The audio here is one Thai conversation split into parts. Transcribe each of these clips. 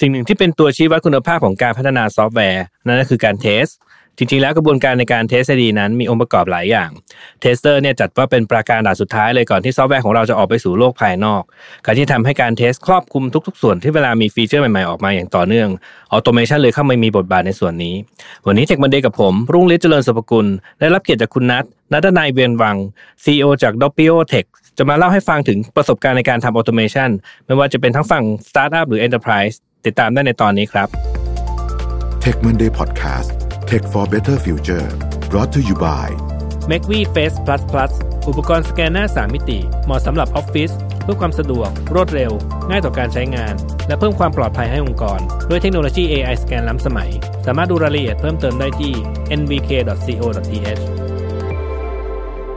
สิ่งหนึ่งที่เป็นตัวชี้วัดคุณภาพของการพัฒนาซอฟต์แวร์ นั่นก็คือการเทส จริงๆ แล้วกระบวนการในการเทสดีนั้นมีองค์ประกอบหลายอย่าง เทสเตอร์เนี่ยจัดว่าเป็นประการด่านสุดท้ายเลยก่อนที่ซอฟต์แวร์ของเราจะออกไปสู่โลกภายนอก การที่ทำให้การเทสครอบคลุมทุก ๆ ส่วนที่เวลามีฟีเจอร์ใหม่ๆ ออกมาอย่างต่อเนื่อง ออโตเมชันเลยเข้ามามีบทบาทในส่วนนี้ วันนี้เทคมันเดย์กับผม รุ่งฤทธิ์เจริญสุภกุล ได้รับเกียรติจากคุณนัทนัทนายเวียนวัง CEO จาก d o p i o Tech จะมาเล่าให้ฟังถึงประสบการณ์ในการทำออโตเมชันไม่ว่าจะเป็นทั้งฝั่งสตาร์ทอัพหรือ Enterprise ติดตามได้ในตอนนี้ครับ Tech Monday Podcast Tech for Better Future brought to you by m a c v Face Plus Plus อุปกรณ์สแกนหน้า 3 มิติ เหมาะสำหรับออฟฟิศเพื่อความสะดวก รวดเร็ว ง่ายต่อการใช้งาน และเพิ่มความปลอดภัยให้องค์กร ด้วยเทคโนโลยี AI สแกนล้ำสมัย สามารถดูรายละเอียดเพิ่มเติมได้ที่ nvk.co.th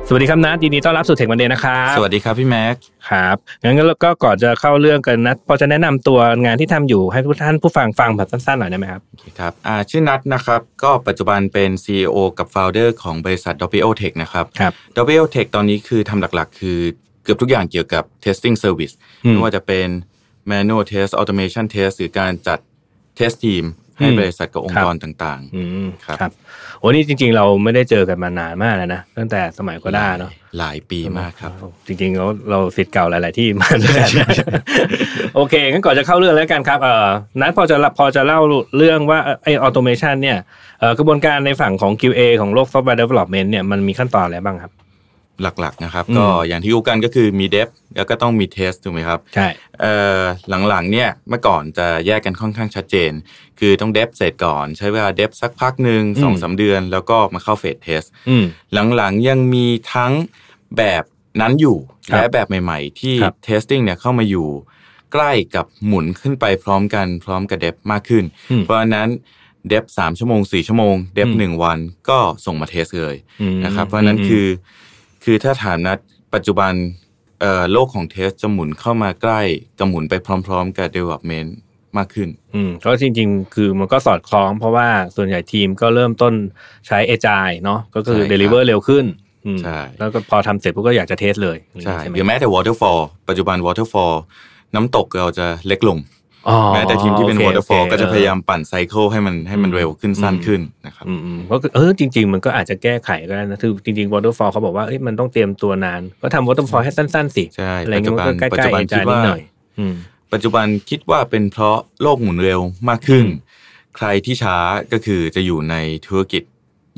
สวัสดีครับนัดยินดีต้อนรับสู่เทควันเดย์นะครับ สวัสดีครับพี่แม็ก ครับงั้นก็ก็ก่อนจะเข้าเรื่องกันนัดพอจะแนะนำตัวงานที่ทำอยู่ให้ทุกท่านผู้ฟังฟังแบบสั้นๆหน่อยได้ไหมครับ ครับอ่าชื่อนัทนะครับ ก็ปัจจุบันเป็น CEO กับ Founder ของบริษัท d o p i o Tech นะครับ ครับ d o p i o Tech ตอนนี้คือทำหลักๆ คือเกือบทุกอย่างเกี่ยวกับ Testing Service อืม ไม่ว่าจะเป็น Manual Test Automation Test หรือการจัด Test Team ให้ อืม บริษัทกับองค์กรต่าง อืม ๆ ครับ ครับโอ้นี่จริง ๆ เราไม่ได้เจอกันมานานมากแล้วนะตั้งแต่สมัยก็ได้เนาะ หลายปีมากครับ จริงๆเราเราสิทธิ์เก่าหลาย ๆ ที่มาด้วยกัน โอเคงั้นก่อนจะเข้าเรื่องแล้วกันครับเอ่อนัทพอจะพอจะเล่าเรื่องว่าไอออโตเมชันเนี่ยเอ่อกระบวนการในฝั่งของ QA ของโลก software development เนี่ยมันมีขั้นตอนอะไรบ้างครับ หลักๆ นะครับ อืม ก็อย่างที่รู้กันก็คือมี Dev แล้วก็ต้องมี Test ถูกไหมครับ ใช่ เอ่อหลังๆเนี่ยเมื่อก่อนจะแยกกันค่อนข้างชัดเจน คือต้องเดฟเสร็จก่อน ใช้เวลาเดฟสักพักหนึ่ง อืม สองสามเดือน แล้วก็มาเข้าเฟสเทส อืม หลังๆยังมีทั้งแบบนั้นอยู่ ครับ และแบบใหม่ๆ ที่ ครับ เทสติ้งเนี่ยเข้ามาอยู่ ใกล้กับหมุนขึ้นไปพร้อมกันพร้อมกับเดฟมากขึ้น อืม เพราะฉะนั้นเดฟสามชั่วโมงสี่ชั่วโมงเดฟ อืม หนึ่งวันก็ส่งมาเทสเลย อืม นะครับเพราะฉะนั้นคือคือถ้าถามนัดปัจจุบันเอ่อโลกของเทสจะหมุนเข้ามาใกล้จะหมุนไปพร้อม ๆ กับ development มากขึ้น อืมก็จริง ๆ คือมันก็สอดคล้องเพราะว่าส่วนใหญ่ทีมก็เริ่มต้นใช้เอจายเนาะก็คือ ใช่ครับ deliver เร็วขึ้นอืม ใช่ แล้วก็พอทำเสร็จปุ๊บก็อยากจะเทสเลย ใช่ ไห รือแม้แต่ waterfall ปัจจุบัน waterfall น้ำตกเราจะเล็กลง อ๋อ แม้แต่ทีมที่เป็น โอค waterfall โอเค ก็จะพยายามปั่นไซเคิลให้มันให้มันเร็วขึ้นสั้นขึ้นนะครับ อืมอืมก็คือเออจริง ๆ มันก็อาจจะแก้ไขก็ได้นะคือจริงๆ waterfall เขาบอกว่าเอ้ยมันต้องเตรียมตัวนาน ก็ทำ waterfall ให้สั้น ๆ สิ ใช่ อะไรเงี้ยมันก็ใก ปัจจุ ล้ บัๆนปัจจุบัจ่ายนิดนคิดว่าหน่อย อืม ปัจจุบันคิดว่าเป็นเพราะโลกหมุนเร็วมากขึ้น ใครที่ช้าก็คือจะอยู่ในธุรกิจ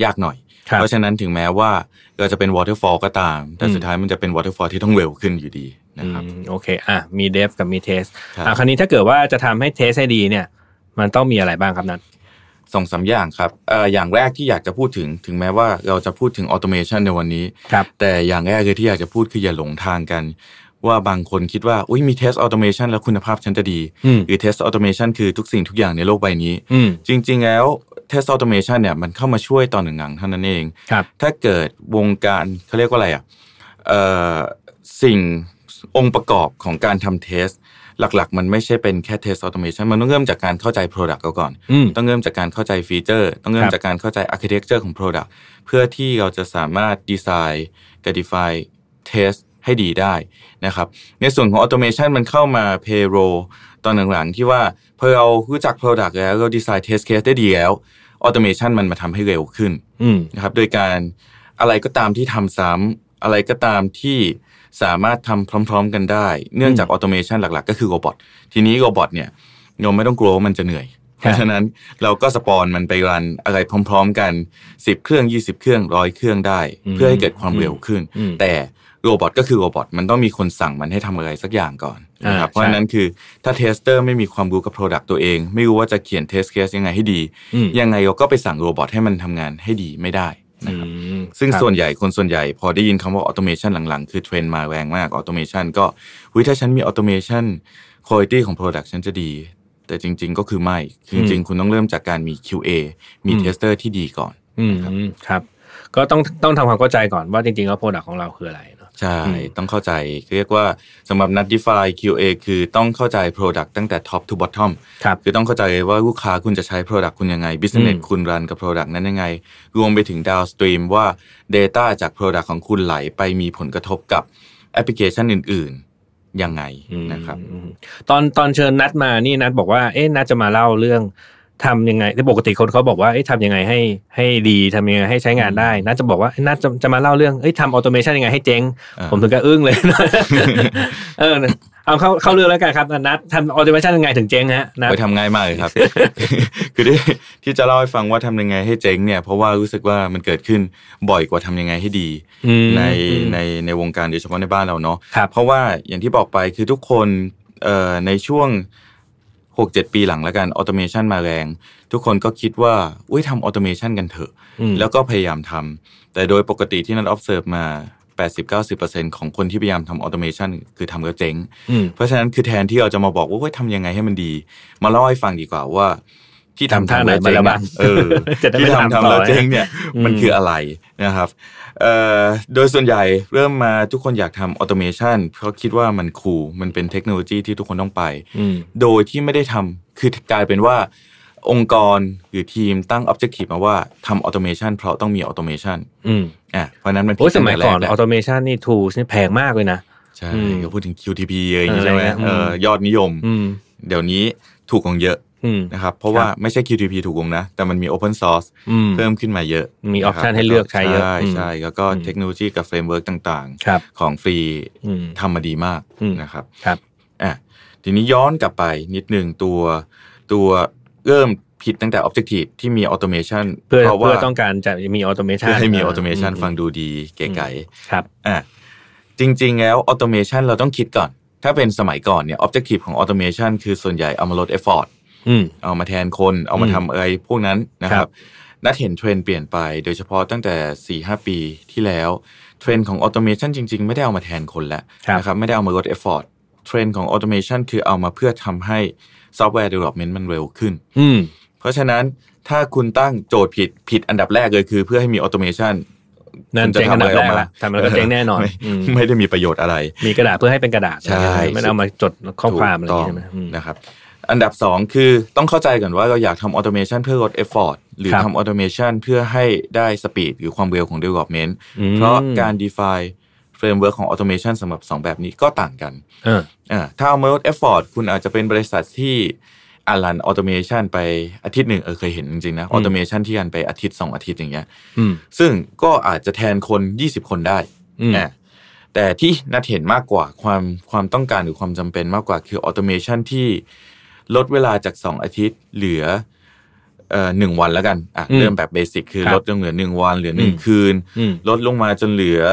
ยากหน่อย ครับ เพราะฉะนั้นถึงแม้ว่าเราจะเป็น waterfall ก็ตาม แต่ อืม สุดท้ายมันจะเป็น waterfall ที่ต้องเร็วขึ้นอยู่ดีนะครับ อืมโอเค อ่ะ มีเดฟกับมีเทส ครับ อ่ะคราวนี้ถ้าเกิดว่าจะทำให้เทสให้ดีเนี่ย มันต้องมีอะไรบ้างครับนัท สองสามอย่างครับเอ่ออย่างแรกที่อยากจะพูดถึง ถึงแม้ว่าเราจะพูดถึง automation ในวันนี้ ครับ แต่อย่างแรกเลยที่อยากจะพูดคืออย่าหลงทางกัน ว่าบางคนคิดว่าอุ้ยมี test automation แล้วคุณภาพฉันจะดี อืม หรือ test automation คือทุกสิ่งทุกอย่างในโลกใบนี้ อืม จริง ๆ แล้ว test automation เนี่ยมันเข้ามาช่วยตอนหลังๆเท่านั้นเอง ครับ ถ้าเกิดวงการเขาเรียกว่าอะไรอ่ะเอ่อสิ่งองค์ประกอบของการทำเทส หลักๆ มันไม่ใช่เป็นแค่เทสออโตเมชันมันต้องเริ่มจากการเข้าใจ Product เราก่อน อืม ต้องเริ่มจากการเข้าใจฟีเจอร์ ต้องคเริ่ม รับ จากการเข้าใจ Architecture ของ Product เพื่อที่เราจะสามารถดีไซน์ก d e f i n e Test ให้ดีได้นะครับ ในส่วนของ Automation มันเข้ามา Payroll ตอนหลังๆที่ว่าพอเรารู้จัก Product แล้วเราดีไซน์ Test Case ได้ดีแล้ว Automation มันมาทำให้เร็วขึ้น อืม นะครับโดยการอะไรก็ตามที่ทำซ้ำอะไรก็ตามที่สามารถทำพร้อม ๆ กันได้ เนื่องจากออโตเมชันหลัก ๆ ก็คือโรบอททีนี้โรบอทเนี่ยเราไม่ต้องกลัวว่ามันจะเหนื่อย ครับ เพราะฉะนั้นเราก็สปอนมันไปรันอะไรพร้อม ๆ กัน 10 เครื่อง 20 เครื่องร้อยเครื่องได้ เพื่อให้เกิดความเร็วขึ้น อืม แต่โรบอทก็คือโรบอทมันต้องมีคนสั่งมันให้ทำอะไรสักอย่างก่อนนะครัอ่าบเพราะ ใช่ ฉะนั้นคือถ้าเทสเตอร์ไม่มีความรู้กับ Product ตัวเอง ไม่รู้ว่าจะเขียนเทสเคสยังไงให้ดี อืม ยังไงเราก็ไปสั่งโรบอทให้มันทำงานให้ดีไม่ได้ อื นะครับ ม ซึ่ง ครับ ส่วนใหญ่คนส่วนใหญ่พอได้ยินคำว่าออโตเมชันหลังๆ คือเทรนด์มาแรงมากออโตเมชันก็วิถ้าฉันมีออโตเมชันคุณภาพของ Product ฉันจะดี แต่จริง ๆ ก็คือไม่คือจริงๆ คุณต้องเริ่มจากการมี QA มีเทสเตอร์ที่ดีก่อน อืมอืมครับ ก็ต้องต้องทำความเข้าใจก่อนว่าจริงๆแล้วโปรดักของเราคืออะไรเนาะ ใช่ อืม ต้องเข้าใจเรียกว่าสำหรับนัด DeFi QA คือต้องเข้าใจ Product ตั้งแต่ Top to Bottom ครับ คือต้องเข้าใจว่าลูกค้าคุณจะใช้ Product คุณยังไง Business อืม คุณรันกับ Product นั้นยังไง รวมไปถึง Downstream ว่า Data จาก Product ของคุณไหลไปมีผลกระทบกับแอปพลิเคชันอื่น ๆ ยังไงนะครับ อืมตอนตอนเชิญนัดมานี่นัดบอกว่าเอ๊ะนัดจะมาเล่าเรื่องทำยังไงแต่ปกติคนเขาบอกว่าเอ๊ะทำยังไงให้ให้ดีทำยังไงให้ใช้งานได้นัดจะบอกว่าเอ๊ะนัดจะจะมาเล่าเรื่องเอ๊ะทำออโตเมชันยังไงให้เจ๊ง อ่า ผมถึงก็อึ้ง เลย เออเอาเข้าเข้าเรื่องแล้วกันครับนัดทำออโตเมชันยังไงถึงเจ๊งฮะนัด ไปทำง่ายมากเลย ครับ คือที่ที่จะเล่าให้ฟังว่าทำยังไงให้เจ๊งเนี่ยเพราะว่ารู้สึกว่ามันเกิดขึ้นบ่อยกว่าทำยังไงให้ดี อืม ใน อืม ในในวงการโดยเฉพาะในบ้านเราเนาะ ครับ เพราะว่าอย่างที่บอกไปคือทุกคนเอ่อในช่วง 6-7 ปีหลังแล้วกันออโตเมชันมาแรง ทุกคนก็คิดว่าอุ้ยทำออโตเมชันกันเถอะ อืม แล้วก็พยายามทำแต่โดยปกติที่นัน observe มา 80-90%ของคนที่พยายามทำออโตเมชันคือทำแล้วเจ๊ง อืม เพราะฉะนั้นคือแทนที่เราจะมาบอกว่าเฮ้ยทำยังไงให้มันดี มาเล่าให้ฟังดีกว่าว่า ที่ทำ ทำท่าไหน ทำแล้ว มาแล้วเจ๊งอะ บ้าง เออ จะได้ไม่ ที่ ทำ ทำ ต่อ ทำแล้วเจ๊งเนี่ย อืม มันคืออะไรนะครับเอ่อโดยส่วนใหญ่เริ่มมาทุกคนอยากทำออโตเมชันเพราะคิดว่ามันคูลมันเป็นเทคโนโลยีที่ทุกคนต้องไป อืม โดยที่ไม่ได้ทำคือกลายเป็นว่า องค์กรหรือทีมตั้ง objective มาว่าทำออโตเมชันเพราะต้องมีออโตเมชัน อืม อ่ะเพราะฉะนั้นมันผิด โอ้ยสมัย ตั้งแต่แร ก่อน แหละ ออโตเมชันนี่ทูสนี่แพงมากเลยนะ ใช่ อืม ก็พูดถึง QTP อะไรอย่างงี้ใช่ไหม อะไรเงี้ยอืม เออยอดนิยม อืม เดี๋ยวนี้ถูกลงเยอะ อืม นะครับ เพราะว่าไม่ใช่ QTP ถูกลงนะ แต่มันมี Open Source อืม เพิ่มขึ้นมาเยอะ มี ะครับ option ให้เลือกใช้เยอะ ใช่ อืม ใช่แล้วก็ อืม เทคโนโลยีกับเฟรมเวิร์กต่าง ครับ ๆ ของฟรี อืม ทำมาดีมาก อืม นะครับ ครับ อ่ะทีนี้ย้อนกลับไปนิดนึงตัวตัวเริ่มผิดตั้งแต่ Objective ที่มี Automation เพื่อ เพราะว่า เพื่อต้องการจะมีออโตเมชัน เพื่อให้มี Automation ฟังดูดีเก๋ไก๋ ครับ อ่ะจริง ๆ แล้วออโตเมชันเราต้องคิดก่อน ถ้าเป็นสมัยก่อนเนี่ยออบเจกตีฟของออโตเมชันคือส่วนใหญ่เอามาลดเอฟฟอร์ต อืม เอามาแทนคนเอามา อืม ทำอะไรพวกนั้นนะค ครั รับ บนัดเห็นเทรนด์เปลี่ยนไป โดยเฉพาะตั้งแต่4ีหปีที่แล้วเทรนด์ของออโตเมชันจริง ๆ ไม่ได้เอามาแทนคนแล้ว ครับ นะครับไม่ได้เอามาลดเอฟฟอร์ตเทรนด์ของออโตเมชันคือเอามาเพื่อทำให้ซอฟต์แวร์เดเวล็อปเมนต์มันเร็วขึ้น อืม เพราะฉะนั้นถ้าคุณตั้งโจทย์ผิดผิดอันดับแรกเลยคือ เพื่อให้มีออโตเมชัน นั่นเจ๊งอันดับแรกละทำแล้วก็เจ๊งแน่นอน ไม่ อืม ไม่ได้มีประโยชน์อะไร มีกระดาษเพื่อให้เป็นกระดาษ ใช่ ไม่ได้เอามาจดข้อความอะไรอย่างเงี้ยใช่ไหม ถูกต้ อื ง ม นะครับ อันดับ 2 คือต้องเข้าใจก่อนว่าเราอยากทำออโตเมชันเพื่อลดเอฟฟอร์ตหรือ ครับ ทำออโตเมชันเพื่อให้ได้สปีดหรือความเร็วของ Development อืม เพราะการ define framework ของ automation สำหรับ 2 แบบนี้ก็ต่างกัน เออ อ่าถ้าเอามาลดเอฟฟอร์ตคุณอาจจะเป็นบริษัทที่อารันออโตเมชันไปอาทิตย์หนึ่งเออเคยเห็นจริงๆนะออโตเมชันที่รันไปอาทิตย์ 2 อาทิตย์อย่างเงี้ย อืม ซึ่งก็อาจจะแทนคน 20 คนได้ อืม อ่ะแต่ที่นัดเห็นมากกว่าความความต้องการหรือความจำเป็นมากกว่าคือออโตเมชันที่ลดเวลาจาก 2 อาทิตย์เหลือเอ่อหนึ่งวันแล้วกันอ่ะ อืม เริ่มแบบเบสิกคือ ครับ ลดลงเหลือหนึ่งวันเหลือหนึ่ อื ง ม คืน อืม ลดลงมาจนเหลือ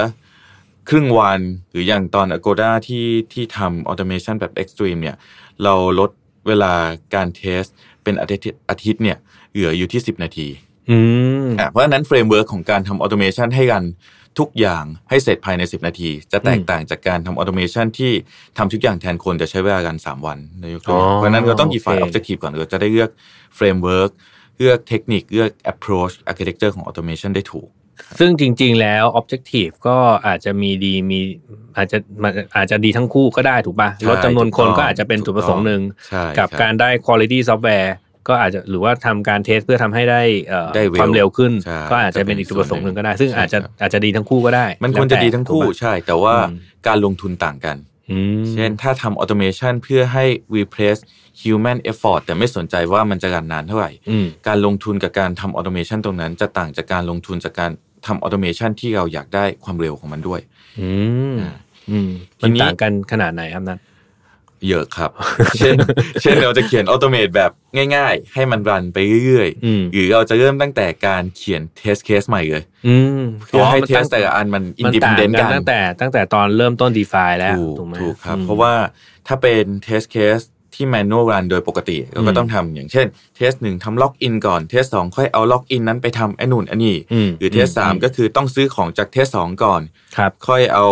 ครึ่งวัน หรืออย่างตอน Agoda ที่ที่ทำออโตเมชันแบบ Extreme เนี่ย เราลดเวลาการเทส เป็นอาทิตย์อาทิตย์เนี่ยเหลืออยู่ที่ 10 นาที อืม อ่ะเพราะฉะนั้นเฟรมเวิร์กของการทำออโตเมชันให้กันทุกอย่างให้เสร็จภายใน 10 นาที จะแตกต่างจากการทำออโตเมชันที่ทำทุกอย่างแทนคนแต่ใช้เวลากัน 3 วันนะยกตัวอย่า อ๋องเพราะฉะนั้นเราต้อง define โอเค objective ก่อนเราจะได้เลือกเฟรมเวิร์กเลือกเทคนิคเลือก approach architecture ของ automation ได้ถูก ซึ่งจริง ๆ แล้ว Objective ก็อาจจะมีดีมีอาจจะมันอาจจะดีทั้งคู่ก็ได้ถูกป่ะ ใช่ ลดจำนวนคน ถูกต้อง ก็อาจจะเป็นจุดประสงค์หนึ่ง ใช่ครับ กับการได้ Quality Software ก็อาจจะหรือว่าทำการเทสเพื่อทำให้ได้เอ่อ ได้เร็ว ความเร็วขึ้น ใช่ ก็อาจจะเป็นอีกจุดประสงค์หนึ่งก็ได้ ซึ่ง ใช่ อาจจะ ครับ อาจจะดีทั้งคู่ก็ได้ มันควรจะ แล้แต่ ดีทั้งคู่ ถูกปะ ใช่ แต่ว่า อืม การลงทุนต่างกัน อืม เช่นถ้าทำ automation เพื่อให้ replace human effort แต่ไม่สนใจว่ามันจะรันนานเท่าไหร่ อืม การลงทุนกับการทำออโตเมชันตรงนั้นจะต่างจากการลงทุนจากการทำออโตเมชันที่เราอยากได้ความเร็วของมันด้วย อืม อ่า อืม ที มัน นี้ ต่างกันขนาดไหนครับนัท เยอะครับ เช่น เช่นเราจะเขียนออโตเมตแบบง่าย ๆ ให้มันรันไปเรื่อย อืม ๆ หรือเราจะเริ่มตั้งแต่การเขียนเทสเคสใหม่เลย อืม เพื่อให้ มัน เทส ตั้ง แต่ละอันมันอิน มัน ดิพ ต่าง เดนต์ กั กัน น ตั้งแต่ตั้งแต่ตอนเริ่มต้น DeFi แล้ว ถูก ถูกไหม ถูกครับ อืม เพราะว่าถ้าเป็นเทสเคสที่แมนนวลรันโดยปกติเราก็ อืม ต้องทำอย่างเช่นเทสหนึ่งทำล็อกอินก่อนเทสสองค่อยเอาล็อกอินนั้นไปทำไอ้นู่นไอ้นี่ ม หรือเทสสามก็คือต้องซื้อของจากเทสสองก่อน ครับ ค่อยเอา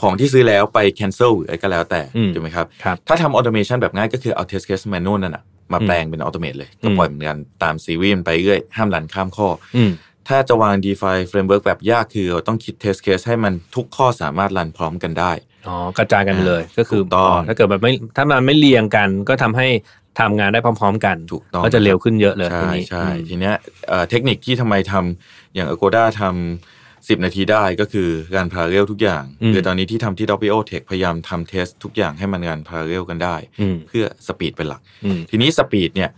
ของที่ซื้อแล้วไป cancel หรืออะไรก็แล้วแต่ อืม ถูกไหมครับ ครับ ถ้าทำ automation แบบง่ายก็คือเอา test case manual นั่นนะมาแปลงเป็น automate เลย ก็ อืม ปล่อยเหมือนกันตามซีรีส์มันไปเรื่อย ห้ามหลันข้ามข้อ อืม ถ้าจะวาง DeFi framework แบบยากคือเราต้องคิด test case ให้มันทุกข้อสามารถรันพร้อมกันได้ อ๋อ กระจายกันไปเลยก็คือ ถูกต้อง ถ้าเกิดแบบไม่ถ้ามันไม่เรียงกันก็ทำให้ทำงานได้พร้อม ๆ กัน ถูกต้อง ก็จะเร็วขึ้นเยอะเลย ใช่ ทีนี้ ใช่ อืม ทีเนี้ยเอ่อเทคนิคที่ทำไมทำอย่าง Agoda ทำ 10 นาทีได้ก็คือการพาราเรลทุกอย่าง อืม คือตอนนี้ที่ทำที่ w o Tech พยายามทำเทสทุกอย่างให้มันงานพาราเรลกันได้ อืม เพื่อสปีดเป็นหลัก อืม ทีนี้สปีดเนี่ย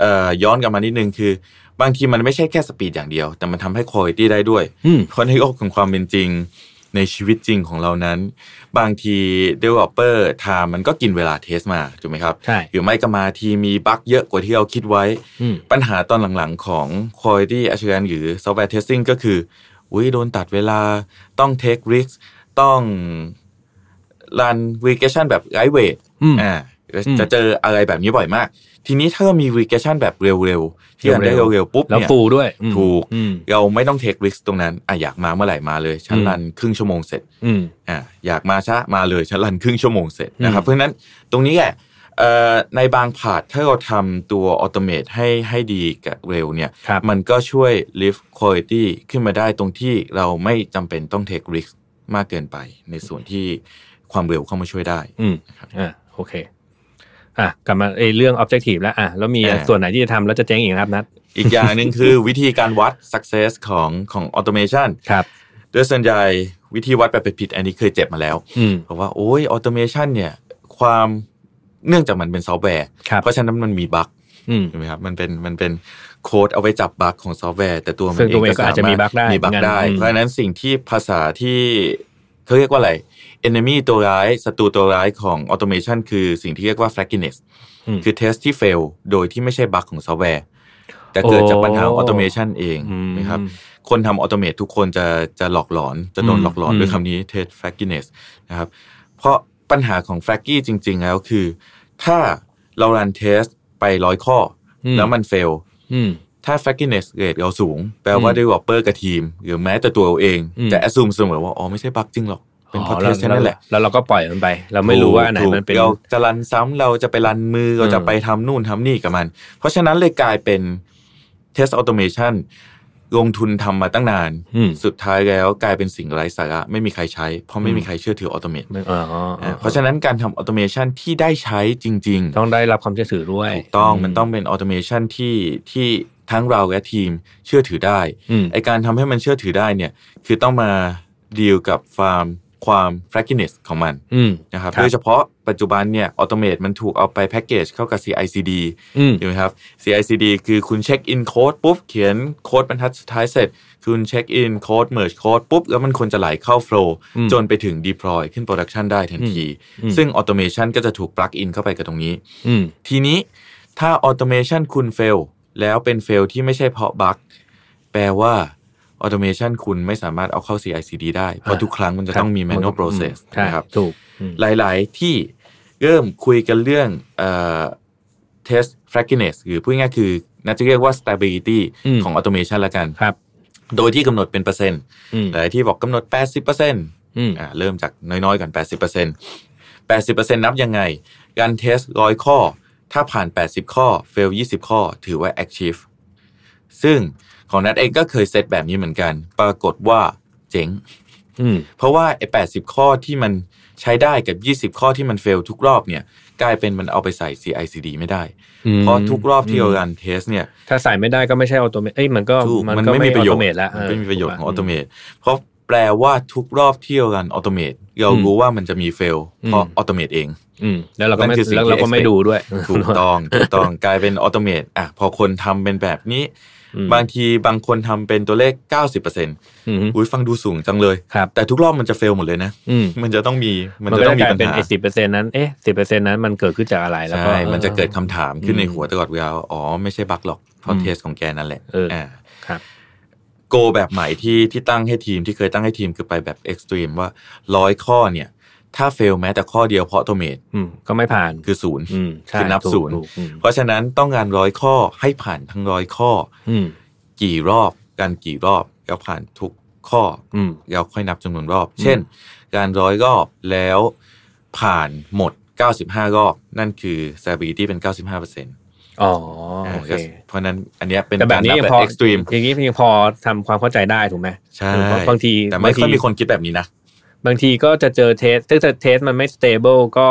เอ่อย้อนกลับมานิดนึงคือบางทีมันไม่ใช่แค่สปีดอย่างเดียว แต่มันทำให้คุณภาพได้ด้วย อืม เพราะในโลกของความเป็นจริงในชีวิตจริงของเรานั้น บางที developer ทามันก็กินเวลาเทสมาถูกไหมครับ ใช่ หรือไม่ก็มาทีมีบั๊กเยอะกว่าที่เราคิดไว้ อืม ปัญหาตอนหลังๆของ quality assurance หรือ software testing ก็คืออุ้ยโดนตัดเวลาต้อง take risk ต้อง run regression แบบ light weight อืม อ่า อืม จะเจออะไรแบบนี้บ่อยมาก ทีนี้ถ้าเรามี regression แบบเร็วๆ ที่ทำได้เร็วๆปุ๊บ แล้ว เนี่ย ฟูด้วยอืม ถูก อืม เราไม่ต้องเทคริสตรงนั้นอ่ะอยากมาเมื่อไหร่มาเลย ชั้น อืม รันครึ่งชั่วโมงเสร็จ อืม อ่ะอยากมาช้ามาเลยชั้นรันครึ่งชั่วโมงเสร็จนะครับ อืม เพราะฉะนั้นตรงนี้แหละเอ่อในบางผาดถ้าเราทำตัวออโตเมตให้ให้ดีกับเร็วเนี่ย ครับ มันก็ช่วย lift quality ขึ้นมาได้ตรงที่เราไม่จำเป็นต้อง take risk มากเกินไป ในส่วนที่ความเร็วเข้ามาช่วยได้ อืมอ่าโอเค อ่ะกลับมาเอยเรื่อง objective แล้วอ่ะแล้วมี อ่า ส่วนไหนที่จะทำแล้วจะเจ๊งอีกนะครับนัท อีกอย่างหนึ่งคือวิธีการวัด success ของของ automation ครับ โดยส่วนใหญ่วิธีวัดแบบผิดๆอันนี้เคยเจ็บมาแล้ว อืม บอกว่าโอ้ยออโตเมชันเนี่ย ความเนื่องจากมันเป็นซอฟต์แวร์ ครับ เพราะฉะนั้นมันมีบั๊ก อืม ใช่ไหมครับมันเป็นมันเป็นโค้ดเอาไว้จับบั๊กของซอฟต์แวร์แต่ตัวมัน ซึ่งตัวมันเองก็อาจจะมีบั๊กได้ มีบั๊กได้ เหมือนกันอืม เพราะฉะนั้นสิ่งที่ภาษาที่เขาเรียกว่าอะไร enemy ตัวร้ายศัตรูตัวร้ายของออโตเมชันคือสิ่งที่เรียกว่า flakiness ม คือเทสที่ fail โดยที่ไม่ใช่บั๊กของซอฟต์แวร์ แต่เกิดจากปัญหาออโตเมชันเอง ม นะครับ คนทำออโตเมตทุกคนจะจะหลอกหลอน จะโดน อืม หลอกหลอน อืม ด้วยคำนี้ t e s t f l a g g i n e s s นะครับ เพราะปัญหาของ f l a g g y จริง ๆ แล้วคือ ถ้าเรารันเทสไปร้อยข้ออแล้วมันเฟล อืม ถ้า f l a g g i n e s s rate เราสูง แปลว่า อืม developer กับทีม หรือแม้แต่ตัวเราเอง อืม จะ assume เสมอว่า อ๋อ ไม่ใช่บั๊กจริงหรอก เป็นเพราะเทสแค่ แล้ นั้ วน แหละ แล้วเราก็ปล่อยมันไป เราไม่รู้ว่าอันไหน ถูก มันเป็น เราจะรันซ้ำเราจะไปรันมือเราจะไปทำนู่นทำนี่กับมัน เพราะฉะนั้นเลยกลายเป็น test automation ลงทุนทำมาตั้งนาน อืม สุดท้ายแล้วกลายเป็นสิ่งไร้สาระไม่มีใครใช้ เพราะไม่มีใครเชื่อถือออโตเมต ไม่อ๋ออ๋ออ๋อ เพราะฉะนั้นการทำออโตเมชันที่ได้ใช้จริง ๆ ต้องได้รับความเชื่อถือด้วย ถูกต้องมันต้องเป็นออโตเมชันที่ที่ทั้งเราและทีมเชื่อถือได้ อืม ไอการทำให้มันเชื่อถือได้เนี่ยคือต้องมาดีลกับความความ f l a g i n e s s ของมัน อืม นะครับ ครับ โดยเฉพาะปัจจุบันเนี่ยออโตเมตมันถูกเอาไปแพ็กเกจเข้ากับ CICD อืม ใช่ไหมครับ CICD คือคุณเช็คอินโค้ดปุ๊บ เขียนโค้ดบรรทัดสุดท้ายเสร็จ คุณเช็คอินโค้ดเมิร์จโค้ดปุ๊บ แล้วมันควรจะไหลเข้าโฟล์ อืม จนไปถึง deploy ขึ้นโปรดักชันได้ทันที อืม ซึ่งออโตเมชันก็จะถูกปลักอินเข้าไปกับตรงนี้ อืม ทีนี้ถ้าออโตเมชันคุณเฟลแล้วเป็นเฟลที่ไม่ใช่เพราะบั๊กแปลว่าออโตเมชันคุณไม่สามารถเอาเข้า CICD ได้ เพราะ อ่า ทุกครั้งมันจะต้องมี ครับ manual process ใช่ นะครับ ถูกอืม หลาย ๆ ที่เริ่มคุยกันเรื่องเอ่อ test flakiness หรือพูดง่ายๆคือ น่าจะเรียกว่า stability อืม ของ automation ละกัน ครับ โดยที่กำหนดเป็นเปอร์เซ็นต์ อืม หลายที่บอกกำหนด 80%เ อืม อ่าเริ่มจากน้อย ๆ ก่อน 80% 80%นับยังไง การเทสร้อยข้อ ถ้าผ่าน 80 ข้อ fail 20 ข้อ ถือว่า achieve ซึ่งของนัทเองก็เคยเซตแบบนี้เหมือนกัน ปรากฏว่าเจ๋ง อืม เพราะว่าไอ้แปข้อที่มันใช้ได้กับ 20 ข้อที่มันเฟลทุกรอบเนี่ย กลายเป็นมันเอาไปใส่ CICD ไม่ได้ อืม เพราะทุกรอบที่เรารันเทสเนี่ย ถ้าใส่ไม่ได้ก็ไม่ใช่ออโตเมตเอ้ยมันก็ ถูกมัน ก็ ไม่มีประโยชออน์โตเตแล้ว มันไม่มีประโยชน์ของออโต เ เมตเพราะแปลว่าทุกรอบที่เรารันออโตเมตเรารู้ว่ามันจะมีเฟลเพราะ อืม ออโตเมต เอง อืมแล้วเราก็ นั่ ไม่ นคือสิ่ง แล้วเราก็ไม่ ที่ expect ดูด้วย ถูกต้องถูกต้องกลายเป็นออโตเมตอ่ะพอคนทำเป็นแบบนี้ อืม บางทีบางคนทำเป็นตัวเลขอ90%ืม อุ้ยฟังดูสูงจังเลย ครับ แต่ทุกรอบมันจะเฟลหมดเลยนะ อืม มันจะต้องมีมัน มัน จะ ก็ ต้อ จะ ง ก มี ลาย ปัญ เป็น หา ไอ้สิบเปอร์เซ็นต์นั้นเอ๊ะสิบเปอร์เซ็นต์นั้นมันเกิดขึ้นจากอะไรแล้วก็ ใช่ มันจะเกิดคำถามขึ้นใน อืม หัวตลอดเวลา อ๋อ ไม่ใช่บั๊กหรอก เพราะ อืม เทสของแกนั่นแหละ เอออ่ ครับ โกแบบใหม่ที่ที่ตั้งให้ทีมที่เคยตั้งให้ทีมคือไปแบบเอ็กซ์ตรีมว่าร้อยข้อเนี่ย ถ้าเฟลแม้แต่ข้อเดียวเพราะตัวเมด อืมก็ไม่ผ่าน คือศูนย์ อืมใช่ คือนับ ถูก ศูนย์ ถูกอืม เพราะฉะนั้นต้องการร้อยข้อให้ผ่านทั้งร้อยข้อ อืม กี่รอบการกี่รอบแล้วผ่านทุกข้อ อืม เราค่อยนับจำนวนรอบ อืม เช่น การร้อยรอบแล้วผ่านหมด 95 รอบ นั่นคือ stability เป็น 95% อ๋อ อ่า โอเค เพราะฉะนั้นอันเนี้ยเป็น แต่แบบนี้ การ ยัง นั พอ เอ็กซ์ตรีม อย่างนี้ยังพอทำความเข้าใจได้ถูกไหม ใช่ เพราะบางที แต่ไม่ บาง ค่อย ที มีคนคิดแบบนี้นะ บางทีก็จะเจอเทสถ้าเทสมันไม่สเตเบิลก็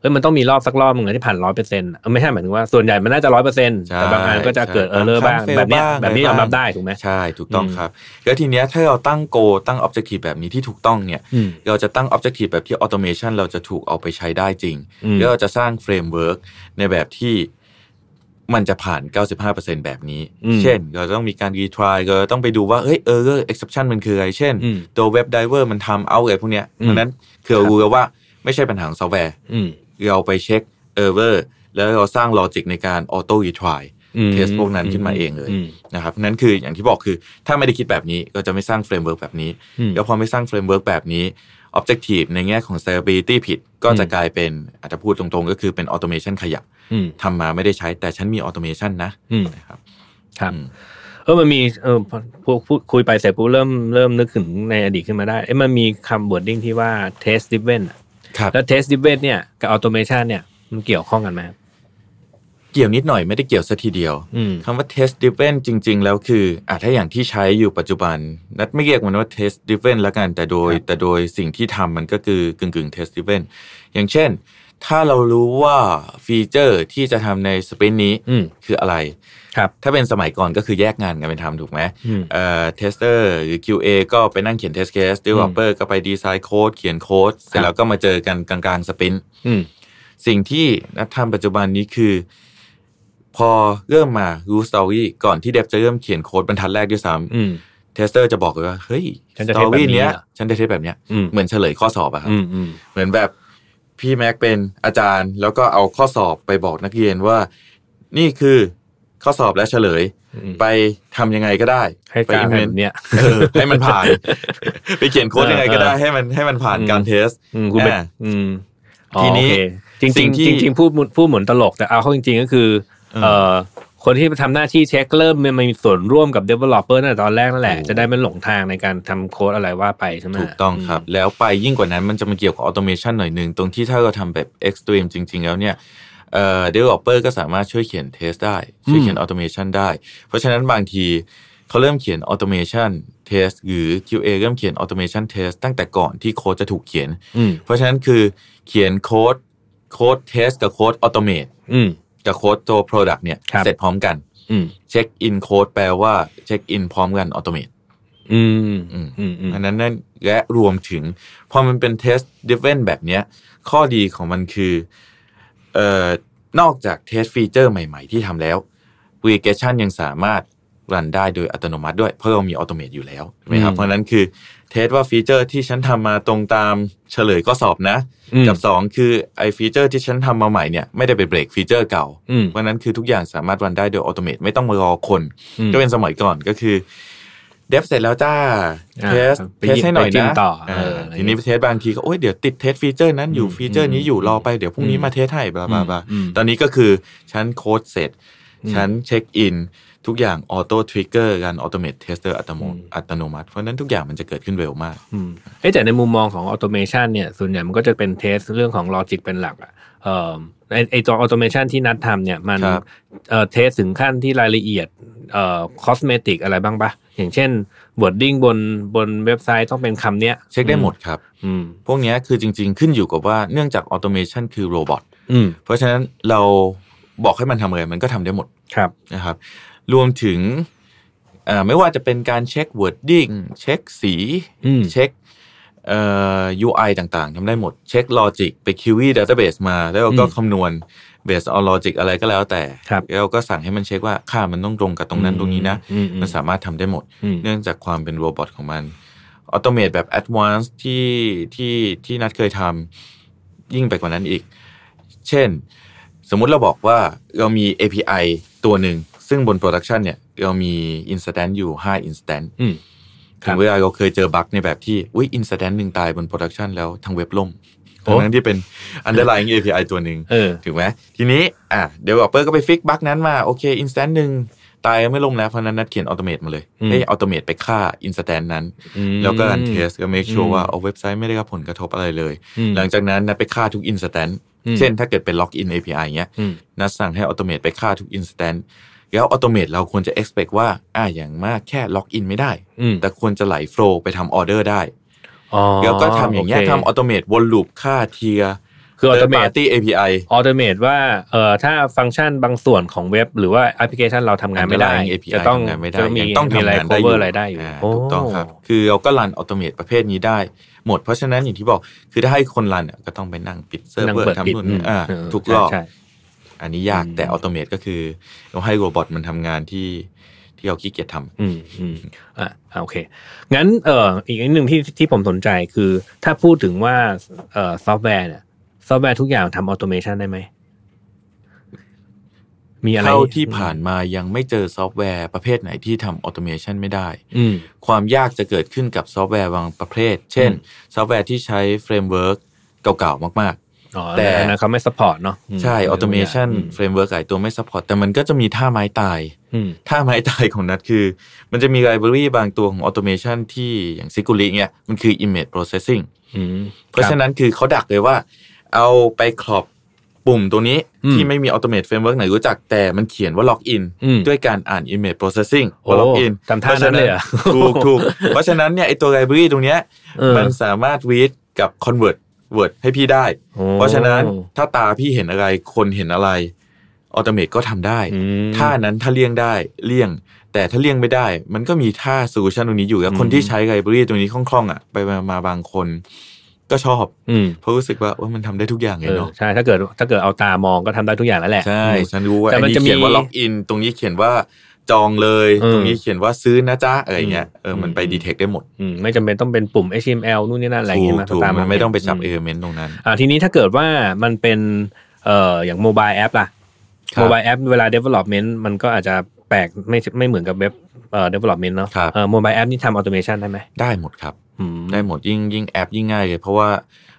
เฮ้ยมันต้องมีรอบสักรอบหนึ่งอะที่ผ่านร้อยเปอร์เซ็นต์ไม่ใช่หมายถึงว่าส่วนใหญ่มันน่าจะร้อยเปอร์เซ็นต์แต่บางอันก็จะเกิดเออร์เลอร์บ้าง ใช่ แบบเนี้ย บ้าง แบบนี้ยอมรับได้ถูกไหม ใช่ถูกต้อง อืม ครับ แล้วทีเนี้ยถ้าเราตั้งโกตั้ง objective แบบนี้ที่ถูกต้องเนี่ย อืม เราจะตั้ง Objective แบบที่ Automation เราจะถูกเอาไปใช้ได้จริง อืม แล้วเราจะสร้าง Framework ในแบบที่มันจะผ่าน 95%แบบนี้ เช่น เราต้องมีการ retry เราต้องไปดูว่า เฮ้ย error exception มันคืออะไร เช่น อืม ตัว web driver มันทำ out อะไรพวกเนี้ย อืม เพราะฉะนั้นคือเรารู้แล้วว่าไม่ใช่ปัญหาของซอฟต์แวร์ อืม เราไปเช็ค error แล้วเราสร้าง logic ในการ auto retry อืม เทสพวกนั้นขึ้นมาเองเลย นะครับนั่นคืออย่างที่บอกคือถ้าไม่ได้คิดแบบนี้ก็จะไม่สร้างเฟรมเวิร์กแบบนี้ อืม แล้วพอไม่สร้างเฟรมเวิร์กแบบนี้ Objective ในแง่ของ Stability ผิด ก็จะ อืม กลายเป็นอาจจะพูดตรงๆ ก็คือเป็น Automation ขยะ อืม ทำมาไม่ได้ใช้แต่ฉันมี Automation นะ อืม นะครับ ครับ อืม เออมันมีเออพอพอพูดคุยไปเสร็จปุ๊บเริ่มเริ่มนึกถึงในอดีตขึ้นมาได้เอ้ยมันมีคำบวดดิ้งที่ว่า test driven อะ ครับ แล้ว test driven เนี่ยกับ automation เนี่ยมันเกี่ยวข้องกันไหมครับ เกี่ยวนิดหน่อยไม่ได้เกี่ยวซะทีเดียว อืม คำว่า test driven จริง ๆ แล้วคืออาจถ้าอย่างที่ใช้อยู่ปัจจุบัน นัดไม่เรียกมันว่า test driven ละกันแต่โดย ครับ แต่โดยสิ่งที่ทำมันก็คือกึ่งกึ่งๆ test driven อย่างเช่น ถ้าเรารู้ว่าฟีเจอร์ที่จะทำในสเปนนี้ อืม คืออะไร ครับ ถ้าเป็นสมัยก่อนก็คือแยกงานกันเป็นทำถูกไหม อืม เอ่อ เทสเตอร์หรือ QA ก็ไปนั่งเขียนเทสเคส developer ก็ไปดีไซน์โค้ดเขียนโค้ด เสร็ ครับจแล้วก็มาเจอกันกลางๆสปรินต์ อืม สิ่งที่นักทำปัจจุบันนี้คือ พอเริ่มมารู้สตอรี่ก่อนที่เดฟจะเริ่มเขียนโค้ดบรรทัดแรกด้วยซ้ อืม ำเทสเตอร์จะบอกเลยว่า เฮ้ย ฉันจะ สต เท อ สแบบนี้ รี่เนี้ย เหรอ ฉันจะเทสแบบเนี้ย อืม เหมือนเฉลยข้อสอบอะครับ อืมอืม เหมือนแบบพี่แม็กเป็นอาจารย์ แล้วก็เอาข้อสอบไปบอกนักเรียนว่า นี่คือข้อสอบและเฉลย อืม ไปทำยังไงก็ได้ ให้ ไป การ implement เนี่ย เออให้มัน ผ่าน ไปเขียนโค้ดยังไงก็เอได้อเออ ให้มันให้มันผ่าน อืม การเทส อืมคุณเป็น อ่า อืมอ๋อ ทีนี้ โอเคจริงจ สิ่ ริง งที่ จริงๆพูดเหมือนพูดเหมือนตลกแต่เอาเข้าจริง ๆ ก็คือ เอ่อคนที่ทำหน้าที่เช็คเริ่มมันมีส่วนร่วมกับ developer ตั้งแต่ตอนแรกนั่นแหละ ถูก จะได้ไม่หลงทางในการทำโค้ดอะไรว่าไปใช่ไหม ถูกต้องครับ แล้วไปยิ่งกว่านั้นมันจะมาเกี่ยวกับออโตเมชันหน่อยหนึ่งตรงที่ถ้าเราทำแบบ Extreme จริง ๆ แล้วเนี่ยเอ่อ developer ก็สามารถช่วยเขียนเทสได้ ช่วยเขียนออโตเมชันได้ เพราะฉะนั้นบางทีเขาเริ่มเขียนออโตเมชันเทสหรือ QA เริ่มเขียนออโตเมชันเทสตั้งแต่ก่อนที่โค้ดจะถูกเขียน อืม เพราะฉะนั้นคือเขียนโค้ดโค้ดเทสกับโค้ดออโตเมต อืม กับโค้ดตัว Product เนี่ย ครับ เสร็จพร้อมกัน อืม เช็คอินโค้ดแปลว่าเช็คอินพร้อมกันออโตเมต อืม อืม อืมอืม อันนั้นนั่นและรวมถึง พอมันเป็นเทสเดเวนแบบเนี้ย ข้อดีของมันคือเอ่อนอกจากเทสฟีเจอร์ใหม่ ๆ ที่ทำแล้ว Regression ยังสามารถรันได้โดยอัตโนมัติด้วย เพราะเรามีออโตเมตอยู่แล้วใช่ไหมครับ เพราะฉะนั้นคือเทสว่าฟีเจอร์ที่ฉันทำมาตรงตามเฉลยก็สอบนะ อืม กับ 2 คือไอฟีเจอร์ที่ฉันทำมาใหม่เนี่ยไม่ได้ไปเบรกฟีเจอร์เก่า อืม เพราะฉะนั้นคือทุกอย่างสามารถรันได้โดยอัตโนมัติไม่ต้องมารอคน อืม ก็เป็นสมัยก่อนก็คือ เดฟเสร็จแล้วจ้า อ่า เทส ไป เทหสยิบ ให้หน่อย ไปจิ้ม นะ ต่อ อ่า เออ ทีนี้เทสบางทีก็โอ้ยเดี๋ยวติดเทสฟีเจอร์นั้นอยู่ อืม ฟีเจอร์นี้อยู่รอไปเดี๋ยวพรุ่งนี้มาเทสให้บลาบลาบลา อืม ตอนนี้ก็คือฉันโค้ดเสร็จ อืม ฉันเช็คอิน ทุกอย่างออโต้ทริกเกอร์การออโตเมตเทสเตอร์อัตโน อื มัติ ม อัตโนมัติ เพราะฉะนั้นทุกอย่างมันจะเกิดขึ้นเร็วมาก อืมเอ๊ะแต่ในมุมมองของออโตเมชันเนี่ย ส่วนใหญ่มันก็จะเป็นเทสเรื่องของลอจิกเป็นหลักอะเอ่อไอไอตัวออโตเมชันที่นัดทำเนี่ย มัน ครับ เอ่อเทสถึงขั้นที่รายละเอียดเอ่อคอสเมติกอะไรบ้างปะอย่างเช่นบวดดิ้งบนบนเว็บไซต์ต้องเป็นคำเนี้ย เช็คได้หมดครับ อืม พวกเนี้ยคือจริง ๆ ขึ้นอยู่กับว่าเนื่องจากออโตเมชันคือโรบอท อืม เพราะฉะนั้นเราบอกให้มันทำอะไรมันก็ทำได้หมด ครับ นะครับรวมถึงเอ่อไม่ว่าจะเป็นการเช็ค wording เช็คสี อืม เช็คเอ่อ UI ต่างๆทำได้หมด เช็ค logic ไป query database มา แล้วเราก็คำนวณ based on logic อะไรก็แล้วแต่ ครับ แล้วก็สั่งให้มันเช็คว่าค่ามันต้องตรงกับตรงนั้นตรงนี้นะ อืมอืม มันสามารถทำได้หมด อืม เนื่องจากความเป็นโรบอทของมัน ออโตเมตแบบ Advanced ที่ที่ที่นัดเคยทำยิ่งไปกว่านั้นอีก เช่น สมมุติเราบอกว่าเรามี API ตัวหนึ่ง ซึ่งบนโปรดักชันเนี่ย เรามี Instant อยู่ 5 Instant อืม ครับถึงเวลาเราเคยเจอบั๊กในแบบที่ อุ้ย Instant หนึ่งตายบนโปรดักชันแล้วทางเว็บล่ม โอ้ ทั้งๆที่ เป็น Underlying API ตัวหนึ่ง เออ ถูกไหมทีนี้อ่ะเดเวลอปเปอร์ก็ไปฟิกบั๊กนั้นมา โอเคอินสแตนหนึ่งตายไม่ลงแล้ว เพราะฉะนั้นนัดเขียนออโตเมตมาเลย อืม ให้ออโตเมตไปฆ่าอินสแตนนั้น อืม แล้วก็การเทสก็ make อื sure ม ว่าเอาเว็บไซต์ไม่ได้รับผลกระทบอะไรเลย อืม หลังจากนั้นนัดไปฆ่าทุกอินสแตน อืม เช่นถ้าเกิดเป็นล็อกอิน API เงี้ย อืม นัดสั่งให้ออโตเมตไปฆ่าทุกอินสแตนแล้วออโตเมตเราควรจะ expect ว่าอ่าอย่างมากแค่ล็อกอินไม่ได้ อืม แต่ควรจะไหลโฟลไปทำออเดอร์ได้ อ๋อ แล้วก็ทำอย่างเงี้ย โค ทำออโตเมตวนลูปฆ่าเทีย คืออัตโน Party API ออโตเมตว่าเอ่อถ้าฟังก์ชันบางส่วนของเว็บ หรือว่าแอปพลิเคชันเราทำงานไม่ได้ Underlying API จะต้อง ทำงานไม่ได้ จะมี ยังต้อง มีอะไร ทำงานได้อยู่ cover อะไรได้อยู่ า โอ้ ถูกต้องครับ คือเราก็รันออโตเมตประเภทนี้ได้ หมด เพราะฉะนั้นอย่างที่บอก คือถ้าให้คนรันอ่ะก็ต้องไปนั่งปิดเซิร์ฟ นั่ง เวอร์ เปิดปิด ทำนู่นอ่า เออ ถูกรอบ ใช่ อันนี้ยาก อืม แต่ออโตเมตก็คือเราให้โรบอทมันทำงานที่ที่เราขี้เกียจทำ อืมอืมอ่ะอ่ะโอเค งั้นเอ่ออีกนิดหนึ่งที่ที่ผมสนใจคือ ถ้าพูดถึงว่าเอ่อซอฟต์แวร์เนี่ยซอฟต์แวร์ทุกอย่างทำออโตเมชันได้ไหม มีอะไร เท่าที่ผ่านมายังไม่เจอซอฟต์แวร์ประเภทไหนที่ทำออโตเมชันไม่ได้ อืม ความยากจะเกิดขึ้นกับซอฟต์แวร์บางประเภท เช่น อืม ซอฟต์แวร์ที่ใช้เฟรมเวิร์กเก่าๆ มาก อ๋อ แต่ แต่นะเขาไม่สปอร์ตเนาะม ๆ ใช่ออโตเมชัน อืม เฟรมเวิร์กหลายตัวไม่ซัพพอร์ตแต่มันก็จะมีท่าไม้ตาย อืม ท่าไม้ตายของนัดคือ มันจะมีไลบรารีบางตัวของออโตเมชันที่อย่างซิกุลิเนี่ยมันคือ Image Processing อืม เพราะฉะนั้นคือเขาดักเลยว่า เอาไปครอบปุ่มตัวนี้ อืม ที่ไม่มีออโตเมตเฟรมเวิร์กไหนรู้จักแต่มันเขียนว่าล็อกอิน อืม ด้วยการอ่าน Image Processing โอ้ ว่าล็อกอิน ทำท่านั้นเลยเหรอ ถูกถูกเพราะฉะนั้นเนี่ยไอตัวไลบรารีตรงเนี้ย เออ มันสามารถ read กับ convert word ให้พี่ได้ โอ้ เพราะฉะนั้นถ้าตาพี่เห็นอะไรคนเห็นอะไรออโตเมตก็ทำได้ อืม ท่านั้นถ้าเลี่ยงได้เลี่ยง แต่ถ้าเลี่ยงไม่ได้ มันก็มีท่าโซลูชันตรงนี้อยู่แล้ว อืม คนที่ใช้ไลบรารีตรงนี้คล่องๆอ่ะไปมาบางคน ก็ชอบ อืม เพราะรู้สึกว่าว่ามันทำได้ทุกอย่างเลย เออ เนาะ ใช่ถ้าเกิดถ้าเกิดเอาตามองก็ทำได้ทุกอย่างแล้วแหละ ใช่ อืม ฉันรู้ว่า แต่ อัน มัน นี้ จะมี เขียนว่าล็อกอินตรงนี้เขียนว่าจองเลย อืม ตรงนี้เขียนว่าซื้อนะจ๊ะอะไรเงี้ยเอออ ม มันไปดีเทคได้หมด อืมไม่จำเป็นต้องเป็นปุ่ม HTML นู่นนี่นั่นอะไรอย่าง ถู เงี้ยกนะ ถูก ตา มันไม่ต้องไปจับเอ เอง เมนต์ตรงนั้น อ่าทีนี้ถ้าเกิดว่ามันเป็นเอ่ออย่างโมบายแอปล่ะ ครับ โมบายแอปเวลา development มันก็อาจจะแปลกไม่ไม่เหมือนกับเว็บเอ่อ development เนาะ ครับ เอ่อโมบายแอปนี่ทำ automation ได้ไหม ได้หมดครับ อืม ได้หมดยิ่งยิ่งแอปยิ่งง่ายเลย เพราะว่า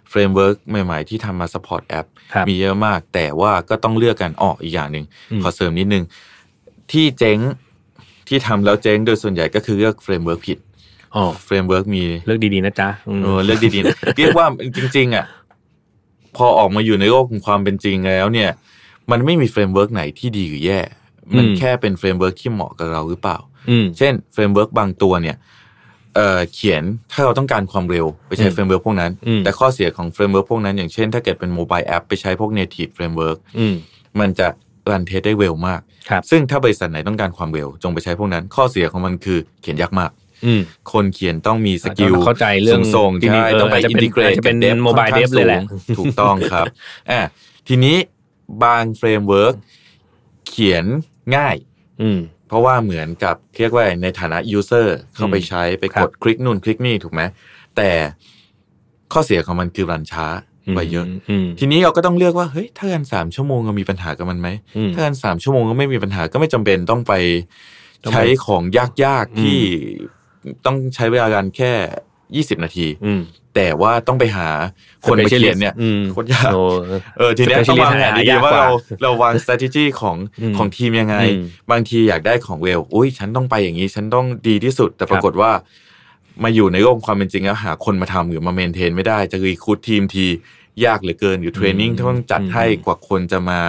เฟรมเวิร์กใหม่ ๆ ที่ทำมาสปอร์ตแอป ครับ มีเยอะมาก แต่ว่าก็ต้องเลือกกันออกอีกอย่างหนึ่ง อืม ขอเสริมนิดนึง ที่เจ๊งที่ทำแล้วเจ๊งโดยส่วนใหญ่ก็คือเลือกเฟรมเวิร์กผิด อ๋อ เฟรมเวิร์กมี เลือกดีๆนะจ๊ะอืม เออเลือกดีๆนะ เรียกว่าจริง ๆ อ่ะ พอออกมาอยู่ในโลกของความเป็นจริงแล้วเนี่ย มันไม่มีเฟรมเวิร์กไหนที่ดีหรือแย่ มัน อืม แค่เป็นเฟรมเวิร์กที่เหมาะกับเราหรือเปล่า อืม เช่นเฟรมเวิร์กบางตัวเนี่ยเอ่อเขียนถ้าเราต้องการความเร็วไปใช้ อืม เฟรมเวิร์กพวกนั้น อืม แต่ข้อเสียของเฟรมเวิร์กพวกนั้นอย่างเช่นถ้าเกิดเป็นโมบายแอปไปใช้พวก native framework อืม มันจะรันเทสได้เร็วมาก ครับ ซึ่งถ้าบริษัทไหนต้องการความเร็ว จงไปใช้พวกนั้น ข้อเสียของมันคือเขียนยากมาก อืม คนเขียนต้องมีสกิล เข้าใจเรื่อง ส่ง จริงๆ ใช่ เออ ต้องไป อาจจะ อิน เป็น ทิเกรต อาจจะเป็น กับ dev mobile ค่อน dev ข้างเลยแหละ สูงถูกต้องครับ อ่ะทีนี้บางเฟรมเวิร์กเขียนง่าย อืม เพราะว่าเหมือนกับเรียกว่าในฐานะ user เข้าไปใช้ไป ครับกดคลิกนู่นคลิกนี่ถูกไหมแต่ข้อเสียของมันคือรันช้าไปเยอะ ม ทีนี้เราก็ต้องเลือกว่าเฮ้ยถ้ารันสามชั่วโมงเรามีปัญหากับมันไหม อืม ถ้ารันสามชั่วโมงก็ไม่มีปัญหาก็ไม่จำเป็นต้องไป ต้องไป ใช้ของยาก อืม ๆที่ต้องใช้เวลากันแค่ยี่สิบนาที อืม แต่ว่าต้องไปหาคนมาเขียนเนี่ย อืม โคตรยาก โอ้ เอ อทีเนี้ยต้องวางแผนดีๆว่าเราเราวาง strategy ของ อืม ของทีมยังไง อืม บางทีอยากได้ของเวลอุ้ยฉันต้องไปอย่างนี้ ฉันต้องดีที่สุด แต่ปรากฏว่า มาอยู่ในโลกความเป็นจริงแล้วหาคนมาทำหรือมาเมนเทนไม่ได้จะรีคูดทีมทียากเหลือเกินอยู่เทรนนิ่ง อืม ต้องจัด อืม ให้กว่าคนจะมา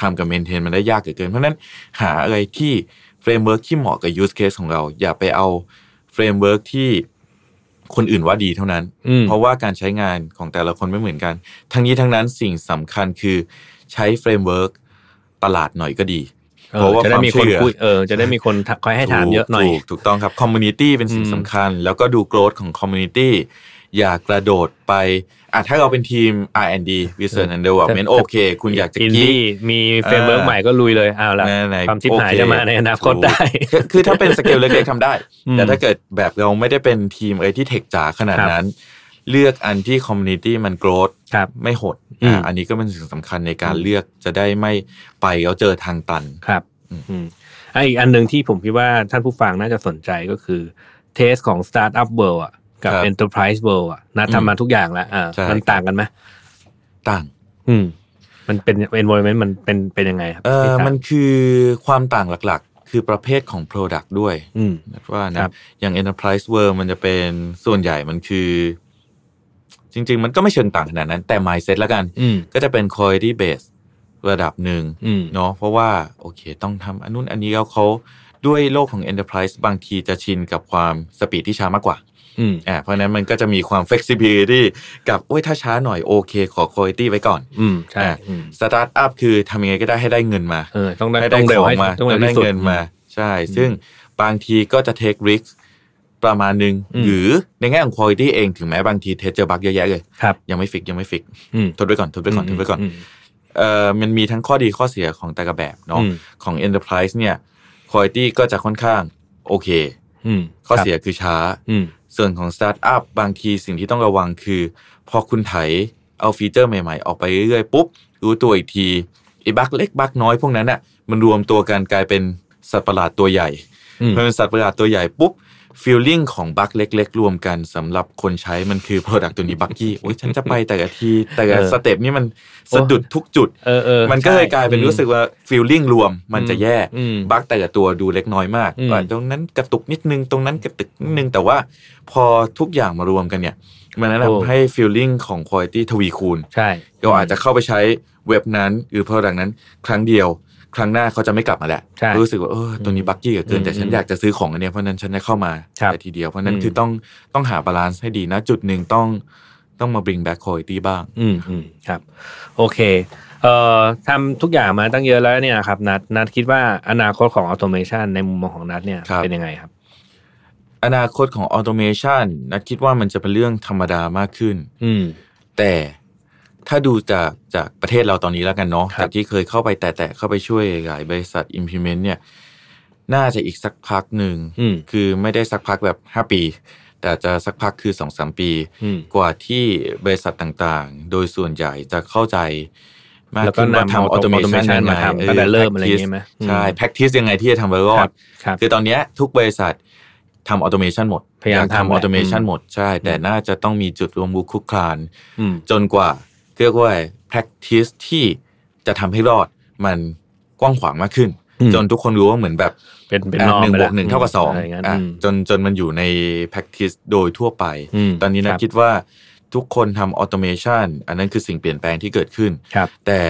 ทำกับเมนเทนมันได้ยากเหลือเกิน เพราะฉะนั้นหาอะไรที่เฟรมเวิร์กที่เหมาะกับยูสเคสของเรา อย่าไปเอาเฟรมเวิร์กที่คนอื่นว่าดีเท่านั้น อืม เพราะว่าการใช้งานของแต่ละคนไม่เหมือนกัน ทั้งนี้ทั้งนั้นสิ่งสำคัญคือใช้เฟรมเวิร์กตลาดหน่อยก็ดี ออ เพราะว่า จะ ค ได้ วาม มีคน เชื่อ คุยเออจะได้มีคนทักคอยให้ถามเยอะหน่อย ถูกถูกต้องครับคอมมูนิตี้เป็นสิ่ง อืม สำคัญ แล้วก็ดูโกรธของคอมมูนิตี้อย่ากระโดดไปอ่ะถ้าเราเป็นทีม R&D Research and แต่ Development โอเค คุณอยากจะ อิน กี ดี้ ก มีเฟรมเวิร์ก อ่า ใหม่ก็ลุยเลยเอาละ นั่นไหน ความชิบหาย โอเ จะมาในอนาคตได้ ถูกคือถ้าเป็นสเกลเล็กๆทำได้ อืม แต่ถ้าเกิดแบบเราไม่ได้เป็นทีมเอ้ที่เทคจ๋าขนาดนั้น เลือกอันที่คอมมูนิตี้มันโกรธ ครับ ไม่หด อืม อ่าอันนี้ก็เป็นสิ่งสำคัญในการ อืม เลือกจะได้ไม่ไปแล้วเจอทางตัน ครับ อืม อืมอ่ะอีกอันหนึ่งที่ผมคิดว่าท่านผู้ฟังน่าจะสนใจก็คือเทสของ Startup World อ่ะกับ ครับ Enterprise World อ่ะนะทำมาทุกอย่างแล้วอ่า ใช่ มันต่างกันไหม ต่าง อืม มันเป็น environment มันเป็นเป็นยังไงครับ เออ ที่ต่าง มันคือความต่างหลักๆ คือประเภทของ Product ด้วย อืม นัดว่า ครั นะ บ อย่าง Enterprise World มันจะเป็นส่วนใหญ่มันคือ จริง ๆ มันก็ไม่เชิงต่างขนาดนั้น แต่ mindset ละกัน อืม ก็จะเป็น quality base ระดับหนึ่ง อืม เนาะเพราะว่าโอเคต้องทำอันนู้นอันนี้แล้วเขาด้วยโลกของ Enterprise บางทีจะชินกับความสปีดที่ช้ามากกว่า อืม อ่าเพราะฉะนั้นมันก็จะมีความ flexibility กับโอ้ยถ้าช้าหน่อยโอเค ขอ quality ไว้ก่อน อืม ใช่ อ่ะ อืม Start up คือทำยังไงก็ได้ให้ได้เงินมา เออ ต้องได้ ให้ ต้ ได้ องเร็ ข ว อง ให้ มา ต้องเร็ว ได้ ที่สุด เงินมา ใช่ ซึ่งบางทีก็จะ take risk ประมาณหนึ่ง อืม หรือในแง่ของ quality เองถึงแม้บางทีเทสเจอบั๊กเยอะแยะเลย ครับ ยังไม่ฟิกยังไม่ฟิก อืม ทดไว้ก่อนทดไว้ก่อนทดไว้ก่อน ม เอ่อมันมีทั้งข้อดีข้อเสียของแต่ละแบบเนาะ อืม ของ enterprise เนี่ย quality ก็จะค่อนข้างโอเค อืม ข้อ ครับ เสียคือช้า อืม ส่วนของ Startup บางทีสิ่งที่ต้องระวังคือ พอคุณไถเอาฟีเจอร์ใหม่ๆ ออกไปเรื่อยๆ ปุ๊บ รู้ตัวอีกทีไอ้บักเล็กบักน้อยพวกนั้นน่ะมันรวมตัวกันกลายเป็นสัตว์ประหลาดตัวใหญ่ อืม พอเป็นสัตว์ประหลาดตัวใหญ่ปุ๊บฟีลลิ่งของบักเล็ก ๆ รวมกันสำหรับคนใช้มันคือ Product ตัวนี้บักกี้โอ้ยฉันจะไปแต่ละที แต่ละสเต็ปนี่มันสะดุดทุกจุด เออเออ มันก็เลย ใช่ กลายเป็นรู้สึกว่าฟีลลิ่งรวมมันจะแย่ อืม บั๊กแต่ละตัวดูเล็กน้อยมาก อืม อ่ะตรงนั้นกระตุกนิดนึง ตรงนั้นกระตุกนิดนึง แต่ว่าพอทุกอย่างมารวมกันเนี่ย มันแนะนำให้ฟีลลิ่งของคุณภาพทวีคูณ ใช่ เราอาจจะเข้าไปใช้เว็บนั้น หรือ Product นั้น ครั้งเดียว ครั้งหน้าเขาจะไม่กลับมาแล้ว ใช่ รู้สึกว่าเออตัวนี้บั๊กกี้เหลือเกิอืนม แต่ฉันอยากจะซื้อของอันเนี้ยเพราะฉะนั้นฉันจะเข้ามา ครับ แต่ทีเดียว เพราะฉะนั้ อื น ม คือต้องต้องหาบาลานซ์ให้ดีนะจุดหนึ่งต้องต้องมา bring back quality บ้าง อืมอืมครับ โอเคเอ่อทำทุกอย่างมาตั้งเยอะแล้วเนี่ยนะครับนัดนัดคิดว่าอนาคตของออโตเมชันในมุมมองของนัดเนี่ย ครับ เป็นยังไงครับ อนาคตของ automation นัดคิดว่ามันจะเป็นเรื่องธรรมดามากขึ้น อืม แต่ถ้าดูจากจากประเทศเราตอนนี้แล้วกันเนาะ ครับ จากที่เคยเข้าไปแตะๆเข้าไปช่วยหลายบริษัท implement เนี่ย น่าจะอีกสักพักหนึ่ง อืม คือไม่ได้สักพักแบบ 5 ปี แต่จะสักพักคือ 2-3 ปี อืม กว่าที่บริษัทต่างๆ โดยส่วนใหญ่จะเข้าใจมาก แล้วก็ ขึ้นว่าน ำ ทำ auto- automation automation มาทำตั้งแต่เริ่มอะไรอย่างเงี้ยไหม ใช่ อืม practice ยังไงที่จะทำไปรอ ครั ด บครับ คือตอนเนี้ยทุกบริษัททำออโตเมชันหมด พยายามทำ ออโตเมชัน แหละ หมดใช่ แต่น่าจะต้องมีจุดรวมบุคคุกคลาน อืม จนกว่าเรียกว่า practice ที่จะทำให้รอดมันกว้างขวางมากขึ้น อืม จนทุกคนรู้ว่าเหมือนแบบ เป็นเป็น อ่ะ นอม หนึ่ง ไป บว ละ กหนึ่งเท่ากับสอง ะไรย่านั้น อ่ะ อืม จนจนมันอยู่ใน practice โดยทั่วไป ม ตอนนี้นะครับ คิดว่าทุกคนทำออโตเมชันอันนั้นคือสิ่งเปลี่ยนแปลงที่เกิดขึ้น ครับ แต่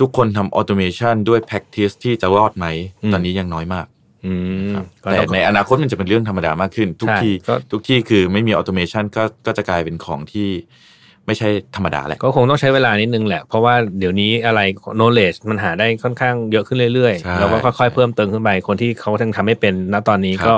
ทุกคนทำออโตเมชันด้วย practice ที่จะรอดไหม อืม ตอนนี้ยังน้อยมาก อืม ครับ ก็ แต่ ต้อง ในอนาคตมันจะเป็นเรื่องธรรมดามากขึ้น ทุก ใช่ ที่ ก็ ทุกที่คือไม่มีออโตเมชันก็ก็จะกลายเป็นของที่ไม่ใช่ธรรมดาแหละ ก็คงต้องใช้เวลานิดนึงแหละ เพราะว่าเดี๋ยวนี้อะไร knowledge มันหาได้ค่อนข้างเยอะขึ้นเรื่อย ใช่ ๆ แล้วก็ค่อยๆ เพิ่มเติมขึ้นไป คนที่เขาทั้งทำไม่เป็นณตอนนี้ก็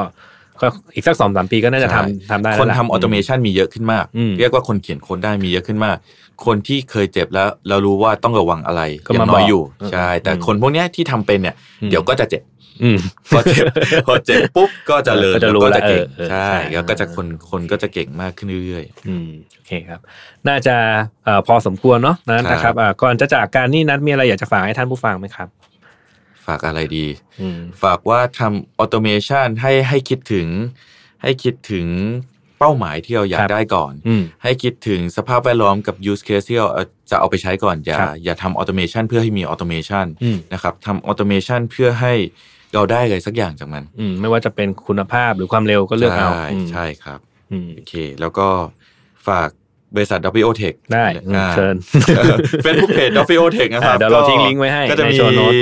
ก็อีกสักสองสามปีก็น่าจะทใช่ำทำได้แล้ว คน ล่ะ ทำออโตเมชันมีเยอะขึ้นมาก อืม เรียกว่าคนเขียนโค้ดได้มีเยอะขึ้นมาก คนที่เคยเจ็บแล้ว เรารู้ว่าต้องระวังอะไร ก็ ยั มาง น้อย บอก อยู่ เออ ใช่แต่ อืม คนพวกเนี้ยที่ทำเป็นเนี่ย อืม เดี๋ยวก็จะเจ็บ อืม พอเจ็บ พอเจ็บปุ๊บก็จะเลย ก็จะรู้ แล้วก็จะเก่ง แล้วเออเออ ใช่ ใช่ แล้วก็จะคนคนก็จะเก่งมากขึ้นเรื่อย อืมโอเคครับ น่าจะเอ่อพอสมควรเนาะนั้นนะค ครั รับบ อ่าก่อนจะจากการนี่นัดมีอะไรอยากจะฝากให้ท่านผู้ฟังไหมครับ ๆ ฝากอะไรดี อืม ฝากว่าทำออโตเมชันให้ให้คิดถึง ให้คิดถึงเป้าหมายที่เราอยา ค ก รับ ได้ก่อน อืม ให้คิดถึงสภาพแวดล้อมกับ use case ที่เราเอาจะเอาไปใช้ก่อน อย่า ครับ อย่าทำออโตเมชันเพื่อให้มีออโตเมชัน อืม นะครับทำออโตเมชันเพื่อให้เราได้อะไรสักอย่างจากมัน อืมไม่ว่าจะเป็นคุณภาพหรือความเร็วก็เลือกเอา ใช่ อืม ใช่ครับ อืม โอเค แล้วก็ฝากบริษัท w o t e c h ได้อืมเชิญ เฟซบุ๊กเพจ w o t e c h นะครับ อ่าเดี๋ยวเราทิ้งลิงก์ไว้ให้ ก็จะ ใน มี โชว์โน้ต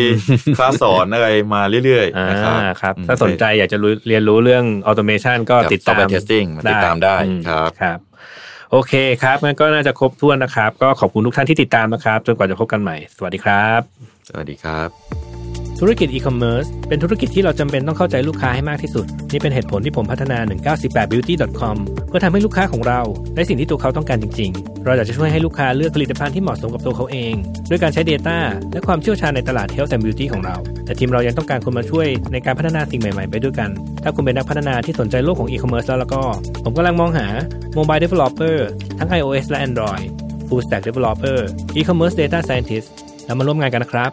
คลาสสอนอะไรมาเรื่อย อ่า ๆนะครับ ครับ อืม ถ้าสนใจอยากจะรู้เรียนรู้เรื่องออโตเมชันก็ กับ ติดตาม software testing มาติดตามได้ อื ครับ ครับ โอเคครับงั้นก็น่าจะครบถ้วนนะครับ ก็ขอบคุณทุกท่านที่ติดตามนะครับ จนกว่าจะพบกันใหม่ สวัสดีครับ สวัสดีครับ ธุรกิจอีคอมเมิร์ซเป็นธุรกิจที่เราจำเป็นต้องเข้าใจลูกค้าให้มากที่สุด นี่เป็นเหตุผลที่ผมพัฒนา 198 beauty com เพื่อทำให้ลูกค้าของเราได้สิ่งที่ตัวเขาต้องการจริง ๆ เราอยากจะช่วยให้ลูกค้าเลือกผลิตภัณฑ์ที่เหมาะสมกับตัวเขาเอง ด้วยการใช้ Data และความเชี่ยวชาญในตลาด Health and Beauty ของเรา แต่ทีมเรายังต้องการคนมาช่วยในการพัฒนาสิ่งใหม่ๆ ไปด้วยกัน ถ้าคุณเป็นนักพัฒนาที่สนใจโลกของอีคอมเมิร์ซแล้วแล้วก็ ผมกำลังมองหา Mobile Developer ทั้ง iOS และ Android Full Stack Developer E-commerce Data Scientist แล้วมาร่วมงานกันนะครับ